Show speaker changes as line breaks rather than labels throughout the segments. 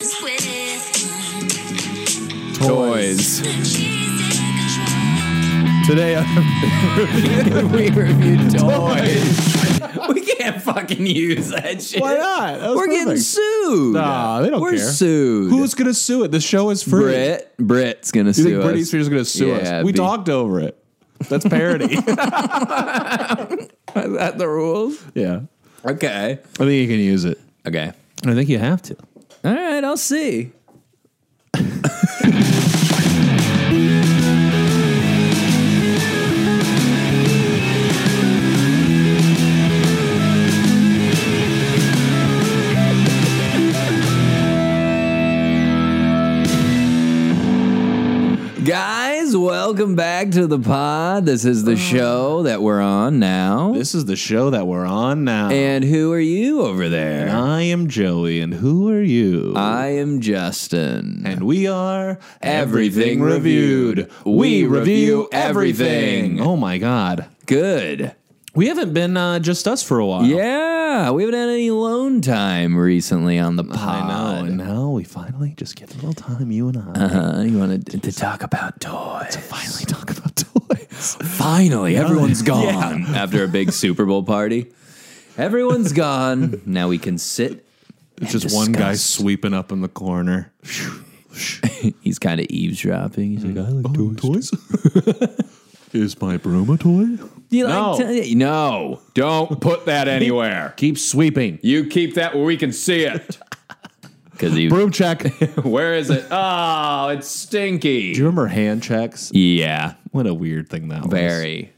noise. Today,
we reviewed toys. we can't fucking use that shit.
why not? That was
We're getting
perfect.
sued.
Nah, they don't
We're
care.
sued.
Who's gonna sue it? The show is free.
Brit? Brit's gonna
You
sue
think Britney
us.
Spears is gonna sue
Yeah,
us? We
be-
talked over it. That's parody.
Is that the rules?
yeah,
Okay.
I think you can use it.
Okay.
I think you have to.
All right, I'll see. Guys, welcome back to the pod. This is the show that we're on now.
This is the show that we're on now.
And who are you over
And
there?
I am Joey, and who are you?
I am Justin.
and we are
Everything Reviewed. We review everything.
Oh my god,
Good.
we haven't been uh, just us for a while.
Yeah, we haven't had any alone time recently on the pod.
I know. And now we finally just get a little time, you and I,
Uh, you wanted to, talk about toys.
finally talk about toys.
Finally, everyone's gone
Yeah.
after a big Super Bowl party. Everyone's gone. Now we can sit.
It's just one guy
disgust.
sweeping up in the corner.
He's kind of eavesdropping. He's like, I like
Oh, toys? Is my broom a toy?
Do you
No.
like to- no, don't put that anywhere.
Keep sweeping.
You keep that where we can see it. Because he,
Broom check. Do
where is it? Oh, it's stinky.
you remember hand checks?
Yeah,
What a weird thing that was.
very.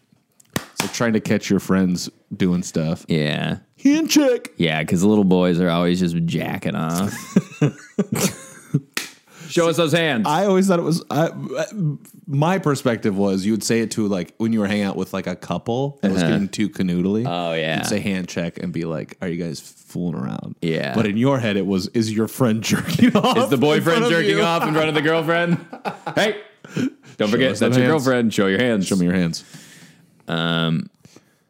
It's like trying to catch your friends doing stuff.
Yeah.
Hand check.
Yeah, because little boys are always just jacking off. Show us those hands.
I always thought it was. I, my perspective was you would say it to like when you were hanging out with like a couple that was getting too canoodly.
Uh-huh. Oh, yeah.
you'd say hand check and be like, "Are you guys fooling around?"
Yeah.
But in your head, it was, "Is your friend jerking off?"
Is the
in
boyfriend
front of
jerking
you?"
off in front of the girlfriend? hey, don't forget
us
that's
them
your
hands.
girlfriend. Show your hands.
Show me your hands.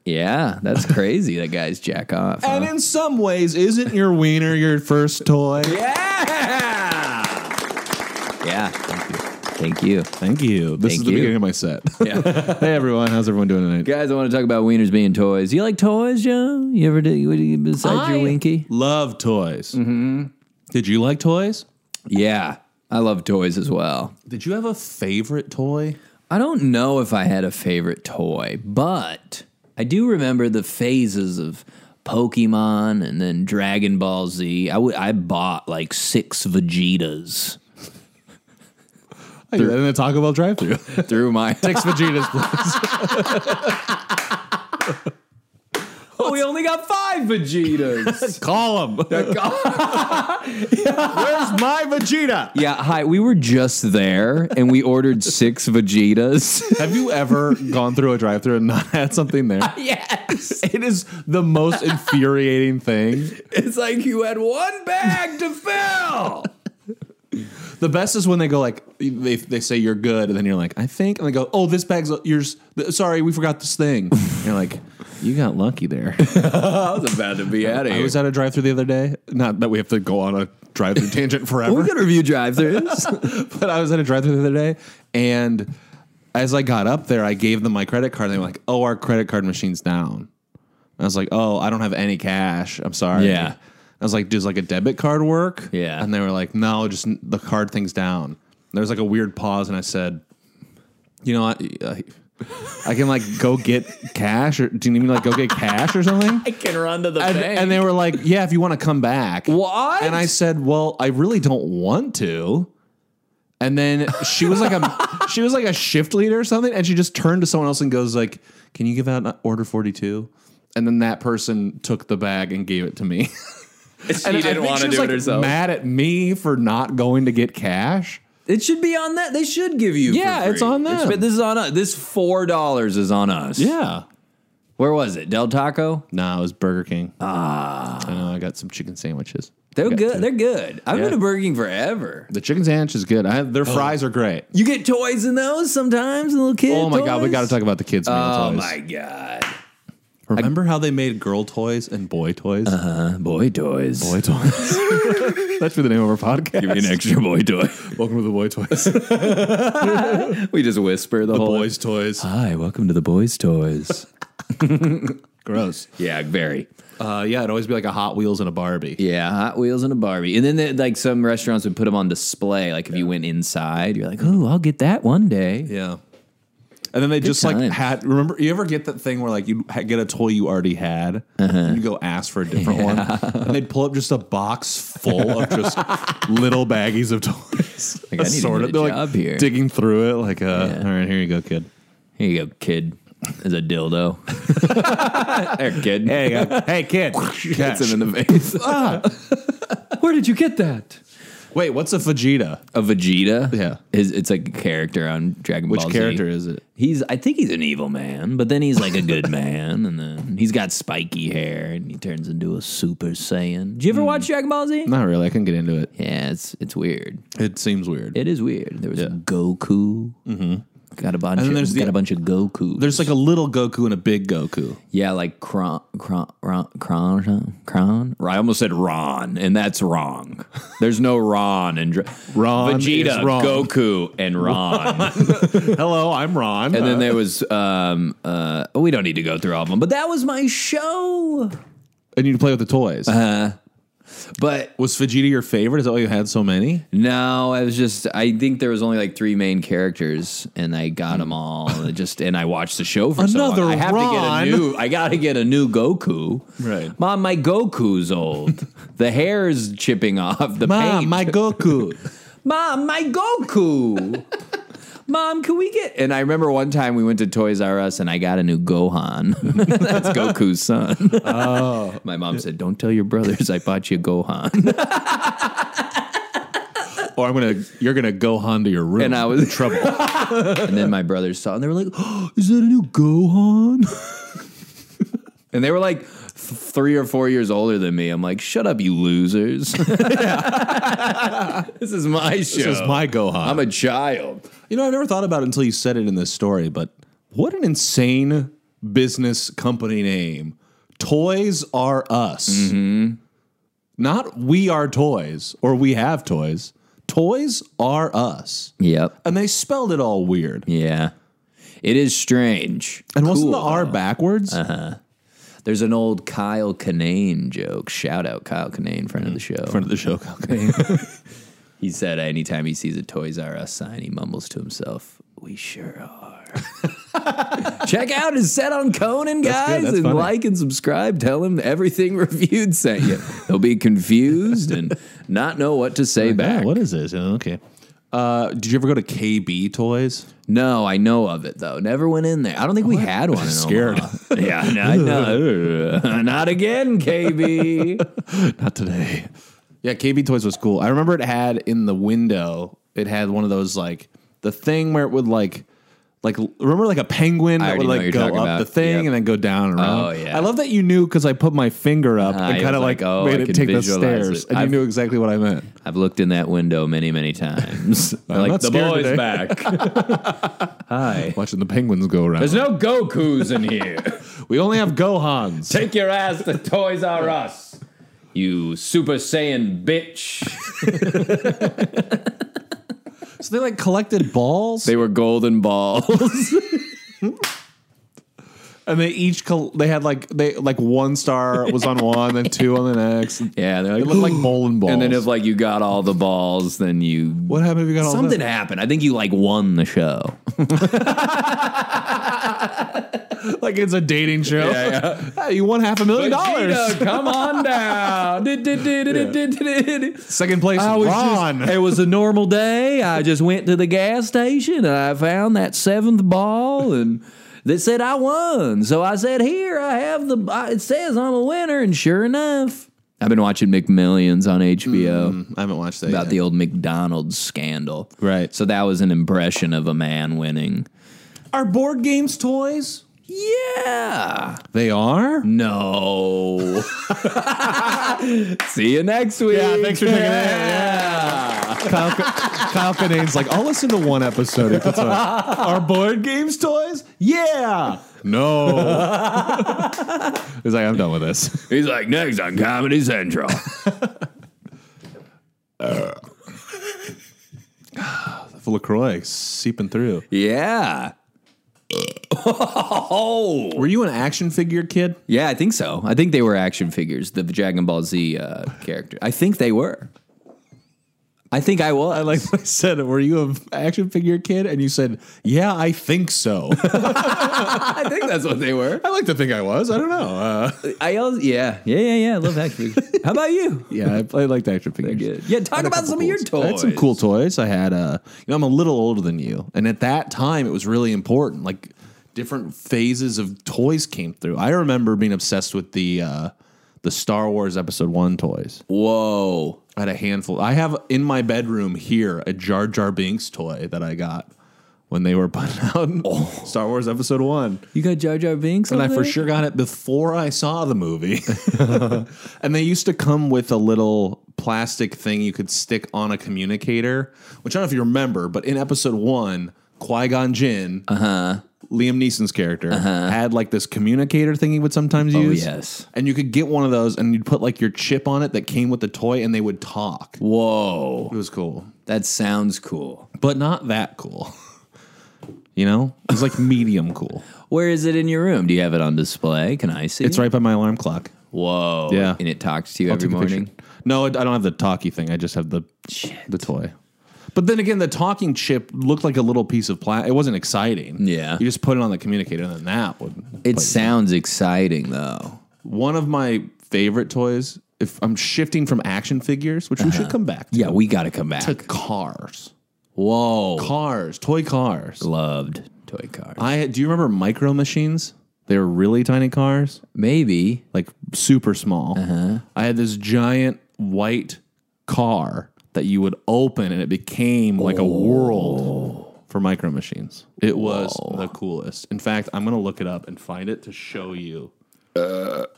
Yeah, that's crazy. that guy's jack off.
And in some ways, isn't your wiener your first toy?
yeah, yeah. Thank you.
Thank you. This
Thank
is the
you.
beginning of my set.
Yeah.
hey everyone, how's everyone doing tonight?
Guys, I want to talk about wieners being toys. You like toys, Joe? You ever do? What do you besides
I
your winky?
Love toys. Mm-hmm. Did you like toys?
Yeah, I love toys as well.
Did you have a favorite toy?
I don't know if I had a favorite toy, but I do remember the phases of Pokemon and then Dragon Ball Z. I would- I bought like six Vegetas
I did that in the Taco Bell drive-through.
through my.
Six Vegeta's, please.
oh, we only got five Vegetas.
Call him. Where's my Vegeta?
yeah, hi. We were just there and we ordered six Vegetas.
Have you ever gone through a drive-through and not had something there?
yes,
It is the most infuriating thing.
it's like you had one bag to fill.
The best is when they go like they, they say you're good, and then you're like, I think, and they go, Oh, this bag's yours. Th- Sorry, we forgot this thing. And you're like, You got lucky there.
I was about to be out of
I was at a drive-through the other day. Not that we have to go on a drive-through tangent
We're
forever,
gonna review drive-throughs.
but I was at a drive-through the other day, and as I got up there, I gave them my credit card. And they were like, "Oh, our credit card machine's down." I was like, "Oh, I don't have any cash. I'm sorry."
Yeah.
I was like, "Does like a debit card work?"
Yeah.
And they were like, "No, just n- the card thing's down." And there was like a weird pause, and I said, "You know, I, I, I can like go get cash, or do you need me to like go get cash or something?"
I can run to the
and, and they were like, "Yeah, if you want to come back."
What?
And I said, "Well, I really don't want to." And then she was like a she was like a shift leader or something, and she just turned to someone else and goes like, "Can you give out an order forty two? And then that person took the bag and gave it to me.
she
And I think she was, like, Mad at me for not going to get cash.
It should be on that. They should give you. for
Yeah, it's
free.
on them.
but this is on us. This four dollars is on us.
Yeah.
Where was it? Del Taco.
Nah, it was Burger King. Ah. I know. I got some chicken sandwiches.
They're
Got
good.
two.
They're good. I've been
Yeah.
to Burger King forever.
The chicken sandwich is good. I have, their fries are great.
You get toys in those sometimes, little kids.
Oh my god, we got to talk about the kids' meal
Oh
toys.
my god.
Remember how they made girl toys and boy toys?
Uh, boy toys.
Boy toys. That should be the name of our podcast.
Give me an extra boy toy.
Welcome to the boy toys. the
we just whisper the, whole.
boys toys.
Hi, welcome to the boys toys.
Gross.
yeah, very.
Uh, yeah, it'd always be like a Hot Wheels and a Barbie.
Yeah, Hot Wheels and a Barbie, and then they, like some restaurants would put them on display. Like if you went inside, you're like, oh, I'll get that one day.
Yeah. And then they just like
times.
had. Remember, you ever get that thing where like you ha- get a toy you already had, and you go ask for a different one, and they'd pull up just a box full of just little baggies of toys,
Like, I need to
Assorted.
get a
They're
job
like
here.
digging through it, like, uh, all right, here you go, kid.
Here you go, kid. Is a dildo. there, kid.
Hey, uh, hey, kid.
Hits him in the face.
Ah.
Where did you get that?
Wait, what's a Vegeta?
A Vegeta.
Yeah.
His, it's like a character on Dragon
Which
Ball. Z.
character is it?
He's. I think he's an evil man, but then he's like a good man, and then he's got spiky hair, and he turns into a Super Saiyan. Did you
Hmm.
ever watch Dragon Ball Z?
Not really. I can get into it.
Yeah, it's it's weird.
It seems weird.
It is weird. There was Goku. Mm-hmm. Got a bunch.
then
of,
there's the-
got a bunch of Goku.
There's like a little Goku and a big Goku.
yeah, like Kron, Kron, Ron, Kron, Kron. I almost said Ron, and that's wrong. There's no Ron and Dra-
Ron is
Vegeta,
wrong.
Goku, and Ron.
Hello, I'm Ron.
And
Uh,
then there was. Um, uh, we don't need to go through all of them, but that was my show.
and you play with the toys.
But
Was Vegeta your favorite? Is that why you had so many?
no, I was just. I think there was only like three main characters, and I got them all. It Just and I watched the show for so long.
Hmm. Another
I have
Ron.
to get a new. I got to get a new Goku.
Right.
Mom, my Goku's old. the hair's chipping off the paint.
Goku.
Mom, my Goku. Mom, can we get? And I remember one time we went to Toys R Us and I got a new Gohan. That's Goku's son. Oh. My mom said, "Don't tell your brothers I bought you a Gohan."
or I'm gonna you're gonna Gohan to your room.
And I was in trouble. and then my brothers saw it and they were like, oh, "Is that a new Gohan?" and they were like th- three or four years older than me. I'm like, "Shut up, you losers! this is my show.
this is my Gohan.
I'm a child."
you know, I've never thought about it until you said it in this story, but what an insane business company name. Toys are us. Mm-hmm. Not we are toys or we have toys. Toys are us.
Yep.
And they spelled it all weird.
Yeah. It is strange.
And wasn't the R backwards?
There's an old Kyle Kinane joke. Shout out Kyle Kinane, friend of the show.
front Mm. of the show. Okay.
He said anytime he sees a Toys R Us sign, he mumbles to himself, We sure are. Check out his set on Conan, guys,
good. That's
and
funny.
like and subscribe. Tell him everything reviewed sent you. He'll be confused and not know what to say back.
what is this? Oh, okay. Uh, did you ever go to KB Toys?
No, I know of it though. Never went in there. I don't think we had one. In
Scared.
Omaha. yeah, no, I know. not again, KB.
Not today. Yeah, KB Toys was cool. I remember it had in the window. It had one of those like the thing where it would like like remember like a penguin that
already
would
know what
like
you're
go up
talking about.
the thing
Yep.
and then go down and around.
Oh, yeah.
I love that you knew because I put my finger up
Ah,
and
it
kind of
was
like,
like, oh, I
made it
can
take the
visualize
stairs,
it.
and
I've-
you knew exactly what I meant.
I've looked in that window many, many times. like
not
the
scared
boy's
today."
back. Hi.
Watching the penguins go around.
There's no Goku's in here.
we only have Gohans.
Take your ass to Toys R Us. You Super Saiyan bitch.
so they like collected balls,
They were golden balls.
and they each col- they had like they like one star was on one, then two on the next. It
yeah, they're
looked like bowling balls.
And then if like you got all the balls, then you
what happened if you got all
something
that?
happened. I think you like won the show.
like it's a dating show. Hey, you won half a million dollars.
come on down.
Second place,
I was
Ron.
just- it was a normal day. I just went to the gas station and I found that seventh ball and they said I won. So I said, "Here, I have the. I- It says I'm a winner." And sure enough, I've been watching McMillions on HBO
I haven't watched that.
about
yet.
the old McDonald's scandal.
Right.
So that was an impression of a man winning.
are board games toys?
Yeah.
They are.
No. See you next week.
Yeah, thanks for checking it out.
Yeah.
Kyle, Kyle Kinane's like, I'll listen to one episode. If it's on. Are board games toys? Yeah. No. He's like, I'm done with this.
He's like, next on Comedy Central.
LaCroix seeping through.
yeah. oh.
Were you an action figure kid?
Yeah, I think so. I think they were action figures, the Dragon Ball Z uh, character. I think they were. I think I was.
I like what I said. Were you an action figure kid? And you said, Yeah, I think so.
I think that's what they were.
I like to think I was. I don't know. Uh,
I also, yeah, yeah, yeah, yeah. I love action figures. How about you?
yeah, I, I liked action figures.
Good. Yeah, talk about some of your toys.
I had some cool toys. I had uh you know, I'm a little older than you. And at that time it was really important. Like different phases of toys came through. I remember being obsessed with the uh the Star Wars episode one toys.
Whoa.
I had a handful. I have in my bedroom here a Jar Jar Binks toy that I got when they were putting out Star Wars episode one.
You got Jar Jar Binks?
And I
over
for
there?
sure got it before I saw the movie. and they used to come with a little plastic thing you could stick on a communicator, which I don't know if you remember, but in episode one, Qui Gon Jinn, uh-huh. Liam Neeson's character, had like this communicator thing he would sometimes
Oh,
use.
yes.
And you could get one of those and you'd put like your chip on it that came with the toy and they would talk.
Whoa.
It was cool,
That sounds cool.
but not that cool. you know? It was like medium cool.
Where is it in your room? Do you have it on display? Can I see?
It's right by my alarm clock.
Whoa.
Yeah.
And it talks to you every
Take a picture.
morning.
No, I I don't have the talkie thing. I just have the the toy. But then again, the talking chip looked like a little piece of plastic. It wasn't exciting.
Yeah.
you just put it on the communicator, and then that would.
It
play.
sounds exciting though.
one of my favorite toys. If I'm shifting from action figures, which we should come back to,
Yeah, we got to come back.
to cars,
Whoa. Uh,
cars, toy cars.
Loved toy cars.
I do you remember micro machines? They were really tiny cars.
Maybe.
like super small. I had this giant white car that you would open and it became like a world for micro machines. It was the coolest. In fact, I'm going to look it up and find it to show you. Hell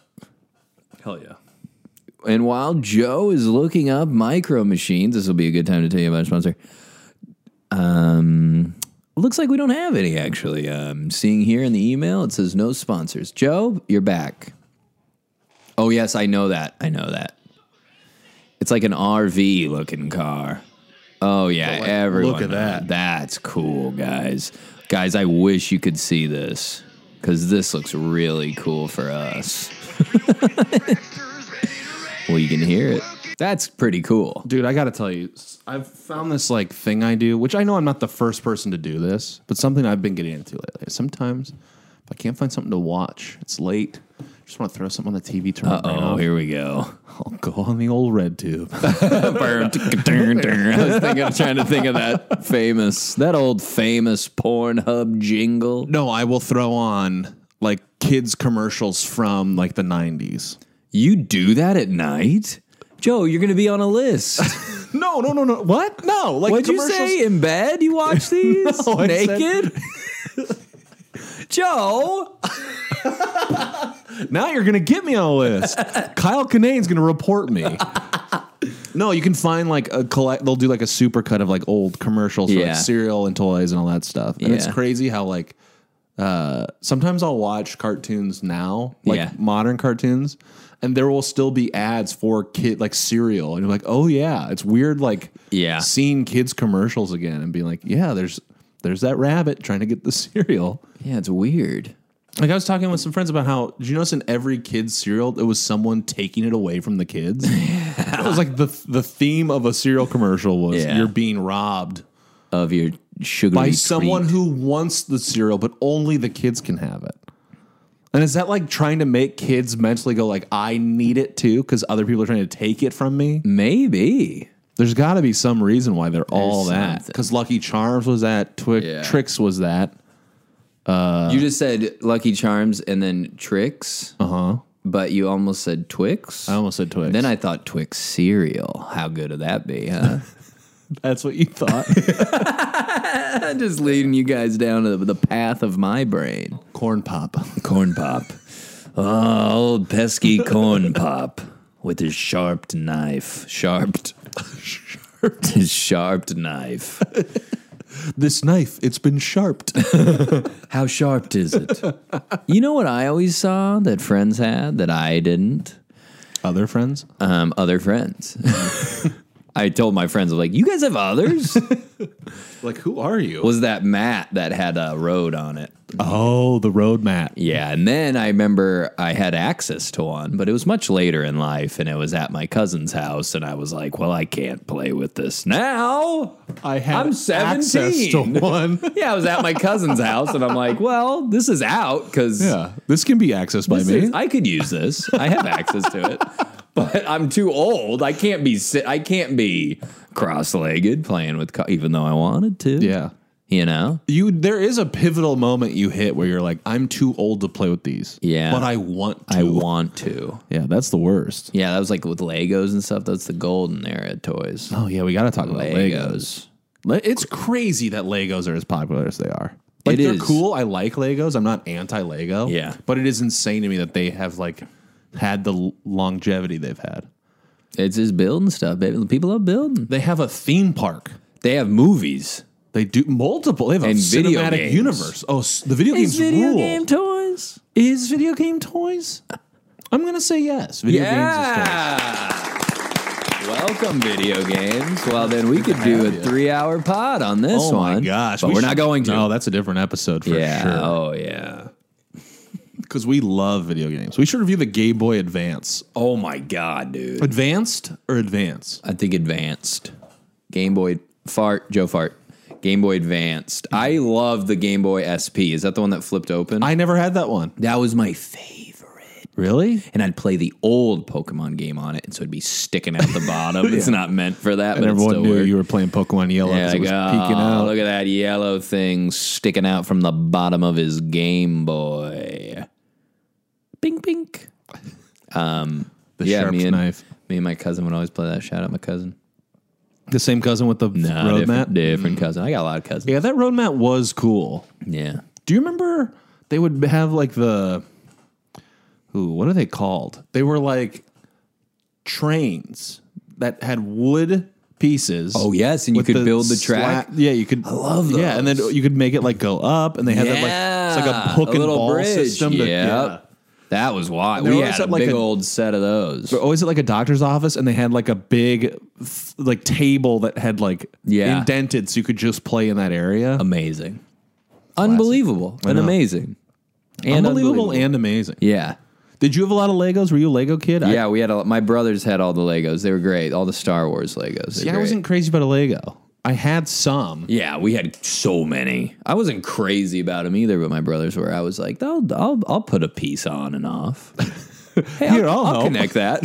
yeah.
And while Joe is looking up micro machines, this will be a good time to tell you about our sponsor. Um, looks like we don't have any actually. Um, seeing here in the email, it says no sponsors. Joe, you're back. Oh yes, I know that. I know that. It's like an RV looking car. Oh yeah,
like,
everyone.
look at
knows.
that.
That's cool, guys. Guys, I wish you could see this because this looks really cool for us. Well, you can hear it. That's pretty cool.
Dude, I got to tell you, s- I've found this like thing I do, which I know I'm not the first person to do this, but something I've been getting into lately. Sometimes if I can't find something to watch, it's late. Just want to throw something on the TV, turn it right
Oh,
off.
here we go.
I'll go on the old red tube.
Burn, tick, turn, turn. I was thinking, trying to think of that famous, that old famous Pornhub jingle.
No, I will throw on like kids commercials from like the 90s.
You do that at night, Joe? You're going to be on a list.
No, no, no, no. What? No. Like
What'd you say? In bed, you watch these
No, I said-
naked. Joe,
Now you're going to get me on a list. Kyle Kinane's going to report me. no, you can find like a collect they'll do like a supercut of like old commercials for
Yeah.
like cereal and toys and all that stuff. And it's
Yeah.
crazy how like uh sometimes I'll watch cartoons now, like
Yeah.
modern cartoons, and there will still be ads for kid like cereal and you're like, "Oh yeah, it's weird like
Yeah.
seeing kids commercials again and being like, "Yeah, there's there's that rabbit trying to get the cereal."
yeah, it's weird.
Like I was talking with some friends about how did you notice in every kid's cereal it was someone taking it away from the kids? It was like the the theme of a cereal commercial was
Yeah.
you're being robbed
Of your sugary
by
treat.
someone who wants the cereal, but only the kids can have it. And is that like trying to make kids mentally go like I need it too because other people are trying to take it from me?
Mm. maybe.
There's got to be some reason why they're all that
something.
because Lucky Charms was that, Twi-
Yeah.
Tricks was that.
Uh, You just said Lucky Charms and then Tricks. Uh huh. But you almost said Twix.
Uh-huh. I almost said Twix.
Then I thought Twix cereal. How good would that be, huh?
that's what you thought.
I'm just leading you guys down the, the path of my brain.
Corn pop.
Corn pop. Oh, old pesky corn pop with his sharp knife. Sharped.
sharp.
His sharp knife.
This knife, it's been sharped.
How sharp is it? you know what I always saw that friends had that I didn't?
Other friends?
Um, other friends. I told my friends, I'm like, you guys have others?
Like, who are you?
Was that Matt that had a road on it?
Oh, the roadmap.
Yeah, and then I remember I had access to one, but it was much later in life, and it was at my cousin's house, and I was like, "Well, I can't play with this now."
I have
I'm
access to
17.
one.
Yeah, I was at my cousin's house, and I'm like, "Well, this is out because
Yeah, this can be accessed by me.
I could use this. I have access to it, but I'm too old. I can't be sit. I can't be cross-legged playing with, co- even though I wanted to.
yeah.
you know,
You there is a pivotal moment you hit where you're like, I'm too old to play with these.
Yeah.
But I want to.
I want to.
yeah, that's the worst.
Yeah, that was like with Legos and stuff. That's the golden era of toys.
Oh yeah, we gotta talk about Legos.
Legos.
Le- It's crazy that Legos are as popular as they are. Like
It
they're
is.
cool. I like Legos. I'm not anti Lego.
Yeah.
But it is insane to me that they have like had the l- longevity they've had.
It's just building stuff, baby. People love building.
They have a theme park.
They have movies.
They do multiple. They have a
And video
cinematic
games.
universe. Oh, s- the video games rule.
toys.
Is video game toys? I'm gonna say yes. Video games is toys.
Yeah. Welcome, video games. Well, then we could do a
you.
three-hour pod on this
Oh
one.
my gosh!
but
we
we are
should-
not going to.
No, that's a different episode for
yeah.
sure.
Oh yeah.
Because we love video games. We should review the Game Boy Advance.
Oh my god, dude.
Advanced or Advance?
I think advanced. Game Boy fart. Joe fart. Game Boy Advanced. I love the Game Boy SP. Is that the one that flipped open?
I never had that one.
that was my favorite.
Really?
and I'd play the old Pokemon game on it, and so it'd be sticking out the bottom. It's not meant for that, but it
Everyone
still
knew
worked.
you were playing Pokemon Yellow.
Yeah,
'cause it
like,
was
"Oh,
peeking out.
Look at that yellow thing sticking out from the bottom of his Game Boy. Bing, bing.
the
yeah,
sharp
me and-
knife.
Me and my cousin would always play that. Shout out my cousin.
The same cousin with the
Nah,
road map.
different,
Mm.
different cousin. I got a lot of cousins.
Yeah, that road map was cool.
Yeah.
Do you remember they would have like the ooh, what are they called? They were like trains that had wood pieces.
Oh, yes, and you
with
could build the track.
slat- yeah, you could. I
love
Yeah, and then you could make it like go up, and they had that like it's like a
Yeah,
hook and
little
ball
bridge.
system. to-
Yep.
yeah.
That was wild.
They're
We
always
had a
up like
big
a-
old set of those.
Always at like a doctor's office, and they had like a big f- like table that had like
Yeah. Um,
indented, so you could just play in that area.
Amazing. Unbelievable and
know.
amazing. And
Unbelievable, and amazing.
yeah.
Did you have a lot of Legos? Were you a Lego kid? I-
Yeah, we had a lot. My brothers had all the Legos. They were great. All the Star Wars Legos. They're
Yeah, I
great.
wasn't crazy about a Lego. I had some.
Yeah, we had so many. I wasn't crazy about them either, but my brothers were. I was like, I'll, I'll, I'll put a piece on and off. hey,
Here, I'll help.
connect that.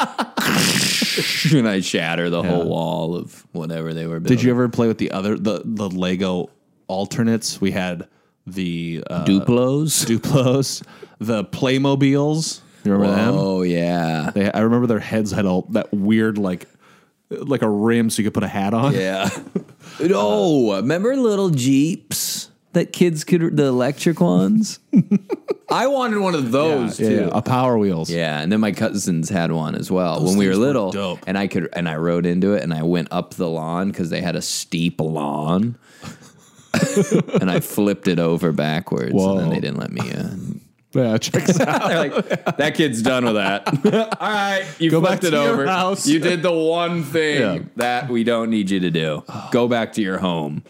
Bink. and I shatter the whole wall of whatever they were building.
Did you ever play with the other the the Lego alternates? We had the uh,
Duplos?
Duplos, the Playmobiles. You remember them?
oh, yeah.
They, I remember their heads had all that weird like like a rim so you could put a hat on.
Yeah. oh, remember little Jeeps that kids could, the electric ones? I wanted one of those
Yeah,
too.
yeah, a Power Wheels.
Yeah, and then my cousins had one as well when we were
things were
little,
dope.
and I could and I rode into it and I went up the lawn because they had a steep lawn, and I flipped it over backwards, and then
Whoa.
they didn't let me in.
Yeah, check this out.
They're like, "That kid's done with that. All right, you
Go
flipped
back
it
to your
over.
house."
You did the one thing
Yeah.
that we don't need you to do. Go back to your home."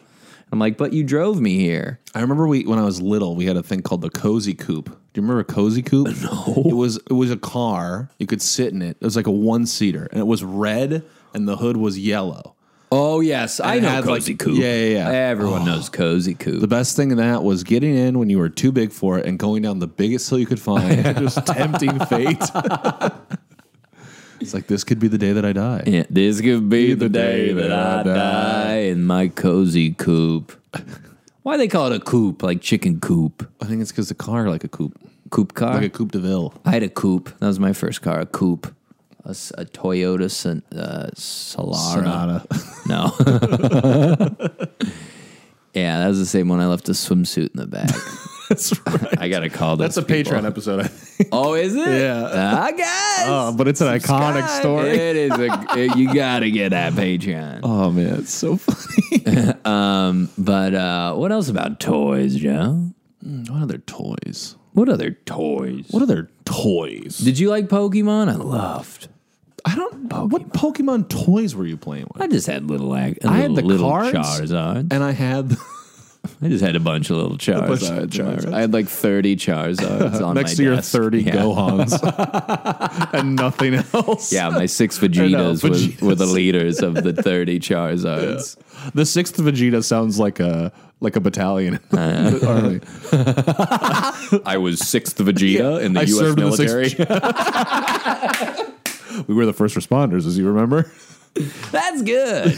I'm like, "But you drove me here."
I remember we when I was little, we had a thing called the cozy coupe. Do you remember a cozy coupe? No. It was it was a car. You could sit in it. It was like a one seater, and it was red, and the hood was yellow.
Oh yes, I
it
know
had, like-
Cozy Coop. Oh.
Yeah, yeah, yeah.
Everyone knows Cozy Coop.
The best thing in that was getting in when you were too big for it and going down the biggest hill you could find, just tempting fate. it's like this could be the day that I die.
Yeah, this could be the day that I die in my cozy coop. Why they call it a coop, like chicken coop,
I think it's because the car like a coupe,
coop car?
like a coupe de ville.
I had a coop. That was my first car, a coop, a, s- a Toyota Son, uh, Solara.
Sonata.
No. yeah, that was the same one. I left a swimsuit in the back.
That's right.
I gotta call those
That's a
people.
Patreon episode. I think.
Oh, is it?
Yeah.
I guess.
Oh, but it's an iconic story.
It is a. it- you gotta get that Patreon.
Oh man, it's so funny.
But uh, what else about toys, Joe?
what other toys?
What other toys?
What other toys?
Did you like Pokemon? I loved.
I don't. What Pokemon toys were you playing with?
I just had little. Ac-
I had the
little
cards.
Charizard.
And I had
I just had a bunch of little
bunch
Charizards.
of Charizards.
I had like thirty Charizards on
next
my
to your
desk.
thirty
Yeah.
Gohans and nothing else.
Yeah, my six Vegetas, was
Vegetas.
were the leaders of the thirty Charizards.
The sixth Vegeta sounds like a like a battalion. in the army.
I was sixth Vegeta in the
I
U.S.
served in the sixth-
military.
we were the first responders, as you remember.
That's good.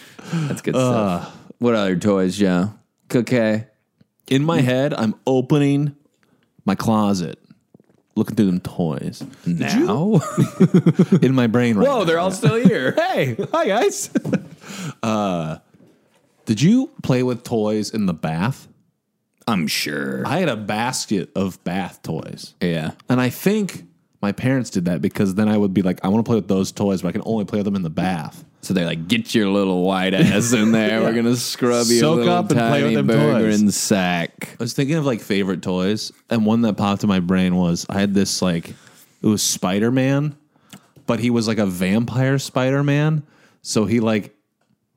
That's good
Uh.
stuff. What other toys, Joe? Cookie.
In my head, I'm opening my closet, looking through them toys.
Now?
In my brain right
oh,
now.
they're all still here.
Hey, hi guys. uh, did you play with toys in the bath?
I'm sure.
I had a basket of bath toys.
Yeah.
And I think my parents did that because then I would be like, I want to play with those toys, but I can only play with them in the bath.
So they're like, get your little white ass in there. We're gonna scrub you
Soak
little
up and play
tiny
with them
burger
toys."
and sack.
I was thinking of like favorite toys, and one that popped in my brain was I had this like it was Spider Man, but he was like a vampire Spider Man, so he like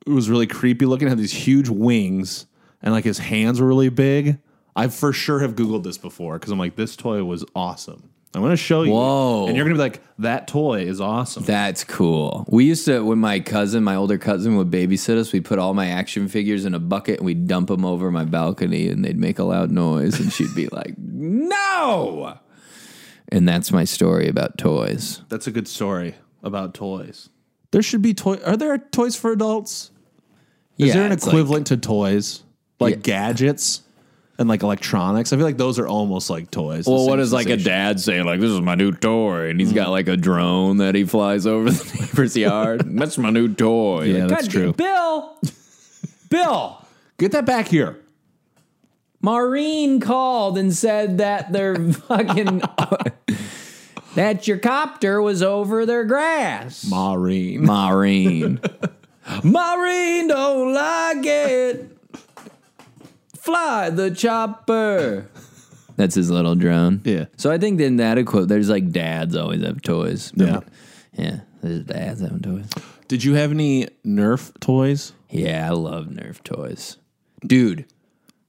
it was really creepy looking. Had these huge wings, and like his hands were really big. I for sure have googled this before because I'm like this toy was awesome. I'm gonna show you,
Whoa.
and you're gonna be like that toy is awesome.
That's cool. We used to, when my cousin, my older cousin, would babysit us, we put all my action figures in a bucket and we'd dump them over my balcony and they'd make a loud noise and she'd be like, no. And that's my story about toys.
That's a good story about toys. There should be toy. Are there toys for adults? Is
Yeah,
there an
it's like-
equivalent to toys, like
Yeah.
gadgets and like electronics? I feel like those are almost like toys.
well, what is like a dad saying, like, this is my new toy? And he's got like a drone that he flies over the neighbor's yard. that's my new toy.
Yeah,
Like,
that's
"God,
true.
Bill, Bill,
Get that back here.
Maureen called and said that their fucking that your copter was over their grass.
Maureen.
Maureen. Maureen don't like it. Fly the chopper. That's his little drone.
Yeah.
So I think then that equi- there's like dads always have toys.
Yeah.
Yeah. There's dads having toys.
Did you have any Nerf toys?
Yeah, I love Nerf toys. Dude,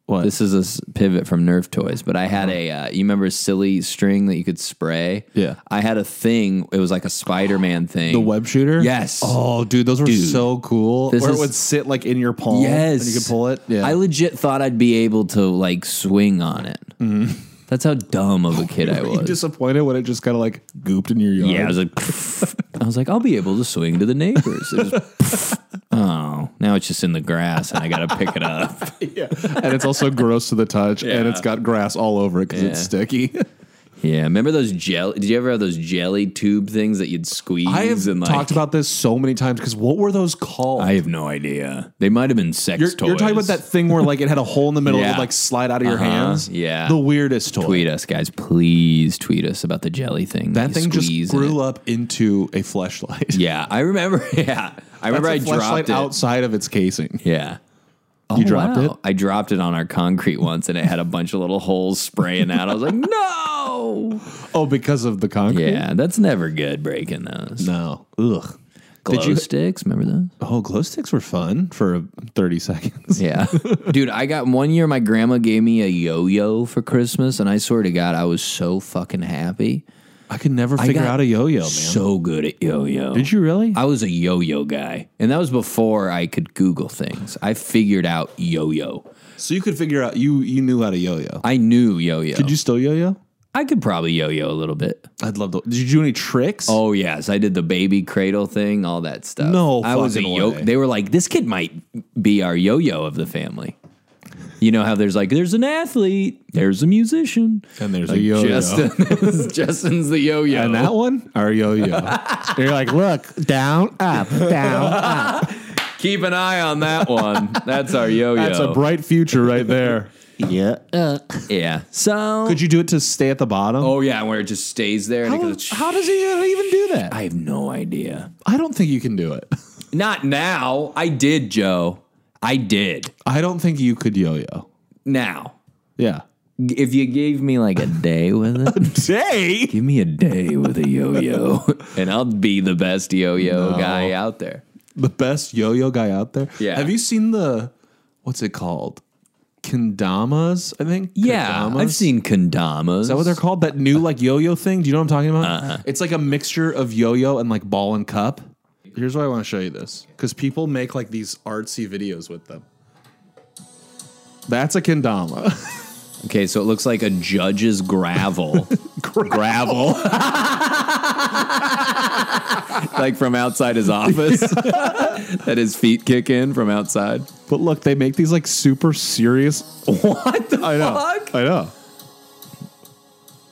What?
this is a s- pivot from Nerf toys, but I had a uh, you remember silly string that you could spray?
Uh-huh. Yeah.
I had a thing, it was like a Spider-Man thing.
the web shooter?
Yes.
Oh, dude, those were so cool.
This
Where
is-
it would sit like in your palm.
Yes.
And you could pull it. Yeah.
I legit thought I'd be able to like swing on it. That's how dumb of a kid I
Were you
was.
disappointed when it Mm-hmm. just kind of like gooped in your yard?
yeah, I was like, I was like, I'll be able to swing to the neighbors. It was- oh, now it's just in the grass, and I got to pick it up.
yeah. And it's also gross to the touch and it's got grass all over it because it's
Yeah.
sticky.
Yeah, remember those jelly? Did you ever have those jelly tube things that you'd squeeze?
I have
and like,
talked about this so many times because what were those called?
I have no idea. They might have been sex
You're,
toys.
you're talking about that thing where like it had a hole in the middle
Yeah.
that would like slide out of your
Uh-huh.
hands.
Yeah.
the weirdest toy.
Tweet us, guys. Please tweet us about the jelly thing.
That
you
thing just
squeeze and it-
grew up into a fleshlight.
Yeah, I remember. Yeah, I remember. I
That's a
dropped
fleshlight
it. Oh,
outside of its casing.
Yeah.
you dropped it.
I dropped it on our concrete once and it had a bunch of little holes spraying out. I was like, no.
Oh, because of the concrete.
Yeah, that's never good breaking those.
No. Ugh.
Glow
Did you?
sticks, remember those?
Oh, glow sticks were fun for thirty seconds.
Yeah. Dude, I got one year my grandma gave me a yo yo for Christmas and I swear to God, I was so fucking happy.
I could never figure
got
out a yo-yo, man.
So good at yo yo.
Did you really?
I was a yo yo guy. And that was before I could Google things. I figured out yo yo.
so you could figure out you you knew how to yo-yo.
I knew yo yo.
Did you still yo-yo?
I could probably yo yo a little bit.
I'd love to. Did you do any tricks?
Oh yes, I did the baby cradle thing, all that stuff.
No
I was a
fucking
yo.
way.
They were like, this kid might be our yo-yo of the family. You know how there's like, there's an athlete, there's a musician,
and there's a yo-yo.
Justin, Justin's the yo-yo,
And that one, our yo-yo. You're like, look, down, up, down, up.
keep an eye on that one. That's our yo-yo.
That's a bright future right there. Yeah.
Yeah. So.
Could you do it to stay at the bottom?
oh yeah, where it just stays there. and it
How,
goes,
how does he even do that? I,
I have no idea.
don't think you can do it.
Not now. I did, Joe. I did.
I don't think you could yo-yo.
Now,
Yeah.
if you gave me like a day with it,
Day.
give me a day with a yo-yo, and I'll be the best yo-yo guy out there.
the best yo-yo guy out there.
Yeah.
Have you seen the what's it called? Kendamas, I think.
Yeah,
Kendamas?
I've seen kendamas.
Is that what they're called? That new like yo-yo thing. Do you know what I'm talking about?
Uh-huh.
It's like a mixture of yo-yo and like ball and cup. Here's why I want to show you this because people make like these artsy videos with them. That's a kendama.
Okay, so it looks like a judge's gravel. gravel. like from outside his office. that his feet kick in from outside.
but look, they make these like super serious.
What the
I know.
fuck?
I know.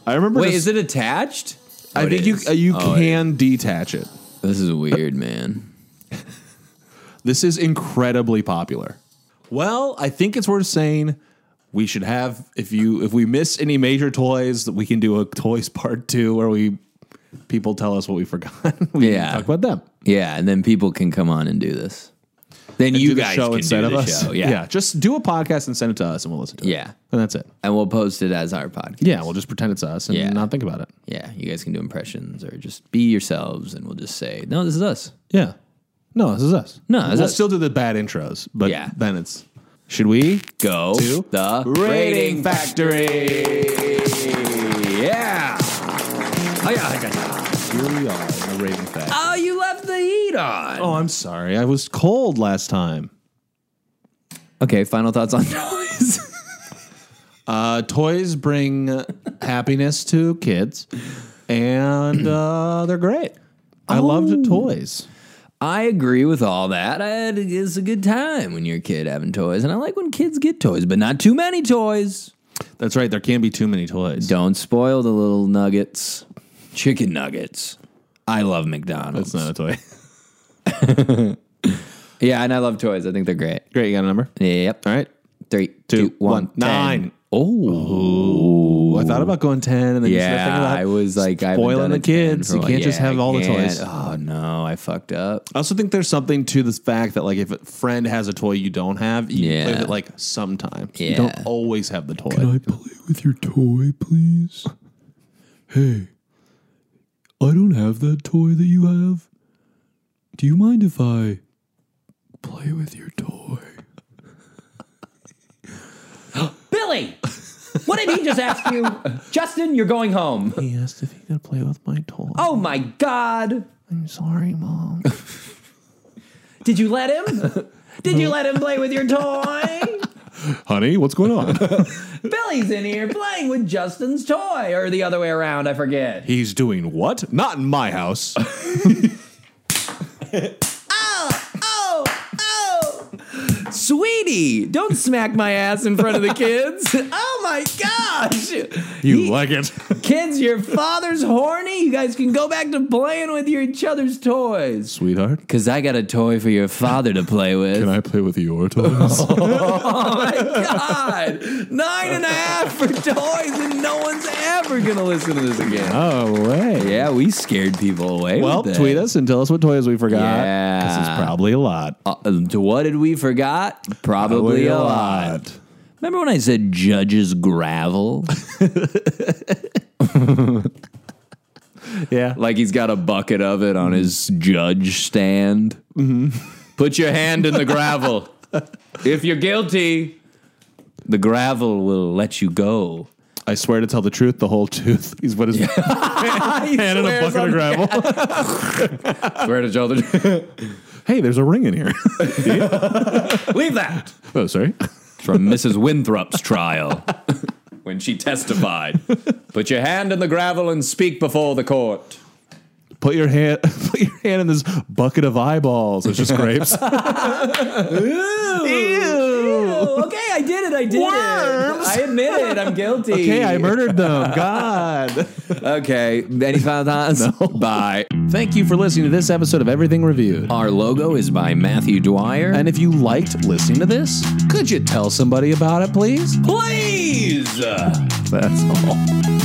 I remember.
Wait, is
just-
it attached?
I
Oh, it
think you
is.
uh, you
Oh, it is.
can detach it.
This is weird, man.
This is incredibly popular. Well, I think it's worth saying we should have if you if we miss any major toys that we can do a toys part two where we people tell us what we forgot. we can
Yeah.
talk about them.
Yeah, and then people can come on and do this. Then you
do the
guys
show
can
instead
do
of
the
us.
show. Yeah. yeah,
just do a podcast and send it to us, and we'll listen to it. and that's it.
and we'll post it as our podcast.
Yeah, we'll just pretend it's us and
Yeah.
not think about it.
yeah. You guys can do impressions or just be yourselves, and we'll just say, "No, this is us."
Yeah, no, this is us.
No, this is
we'll
us.
still do the bad intros, but
Yeah.
then it's should we
Go
do
the rating factory. Yeah. Oh yeah.
Here we are in the rating fact.
Oh, you left the heat on.
Oh, I'm sorry. I was cold last time.
Okay. Final thoughts on noise.
Uh, toys bring happiness to kids, and uh, they're great. I loved toys.
I agree with all that. I had, it's a good time when you're a kid having toys, and I like when kids get toys, but not too many toys.
That's right. There can be too many toys.
Don't spoil the little nuggets, chicken nuggets. I love McDonald's.
That's not a toy.
yeah, and I love toys. I think they're great.
Great. You got a number?
Yep.
All right.
Three,
Two,
two, one,
one, nine.
ten. Oh.
Well, I thought about going 10, and then you started
Yeah,
thinking about
I was like, I haven't
spoiling
done
the
a 10
kids.
for a
You
while.
can't just
Yeah,
have
I
all the
can't.
toys.
Oh no, I fucked up.
I also think there's something to the fact that like if a friend has a toy you don't have, you can play
Yeah.
with it like sometimes. You
Yeah.
don't always have the toy.
Can I play with your toy, please? Hey, I don't have that toy that you have. Do you mind if I play with your toy?
Billy, what did he just ask you? Justin, you're going home.
He asked if he could play with my toy.
Oh my god.
I'm sorry, mom.
Did you let him? Did you let him play with your toy?
Honey, what's going on?
Billy's in here playing with Justin's toy, or the other way around, I forget.
He's doing what? Not in my house.
Oh, oh! Sweetie, don't smack my ass in front of the kids. Oh my gosh!
You like it?
Kids, your father's horny. You guys can go back to playing with your each other's toys.
Sweetheart,
Cause I got a toy for your father to play with.
Can I play with your toys?
Oh my god! Nine and a half for toys, and no one's ever gonna listen to this again.
no way.
Yeah, we scared people away.
Well,
with it.
tweet us and tell us what toys we forgot. Because
Yeah.
it's probably a lot.
Uh, to what did we forgot? Probably a lot. Remember when I said judges gravel?
Yeah.
like he's got a bucket of it on his judge stand. Put your hand in the gravel. if you're guilty, the gravel will let you go.
I swear to tell the truth, the whole truth. He's what is hand in a bucket of gravel.
Swear to tell the truth.
hey, there's a ring in here.
Leave that.
oh, sorry.
From Mrs. Winthrop's trial when she testified. Put your hand in the gravel and speak before the court.
Put your hand put your hand in this bucket of eyeballs. It's just grapes. Ew.
Oh, okay, I did it. I did
Worms.
it. I admit it. I'm guilty.
Okay, I murdered them. God.
Okay, any final thoughts? Bye.
Thank you for listening to this episode of Everything Reviewed.
Our logo is by Matthew Dwyer.
And if you liked listening to this, could you tell somebody about it, please?
please.
That's all.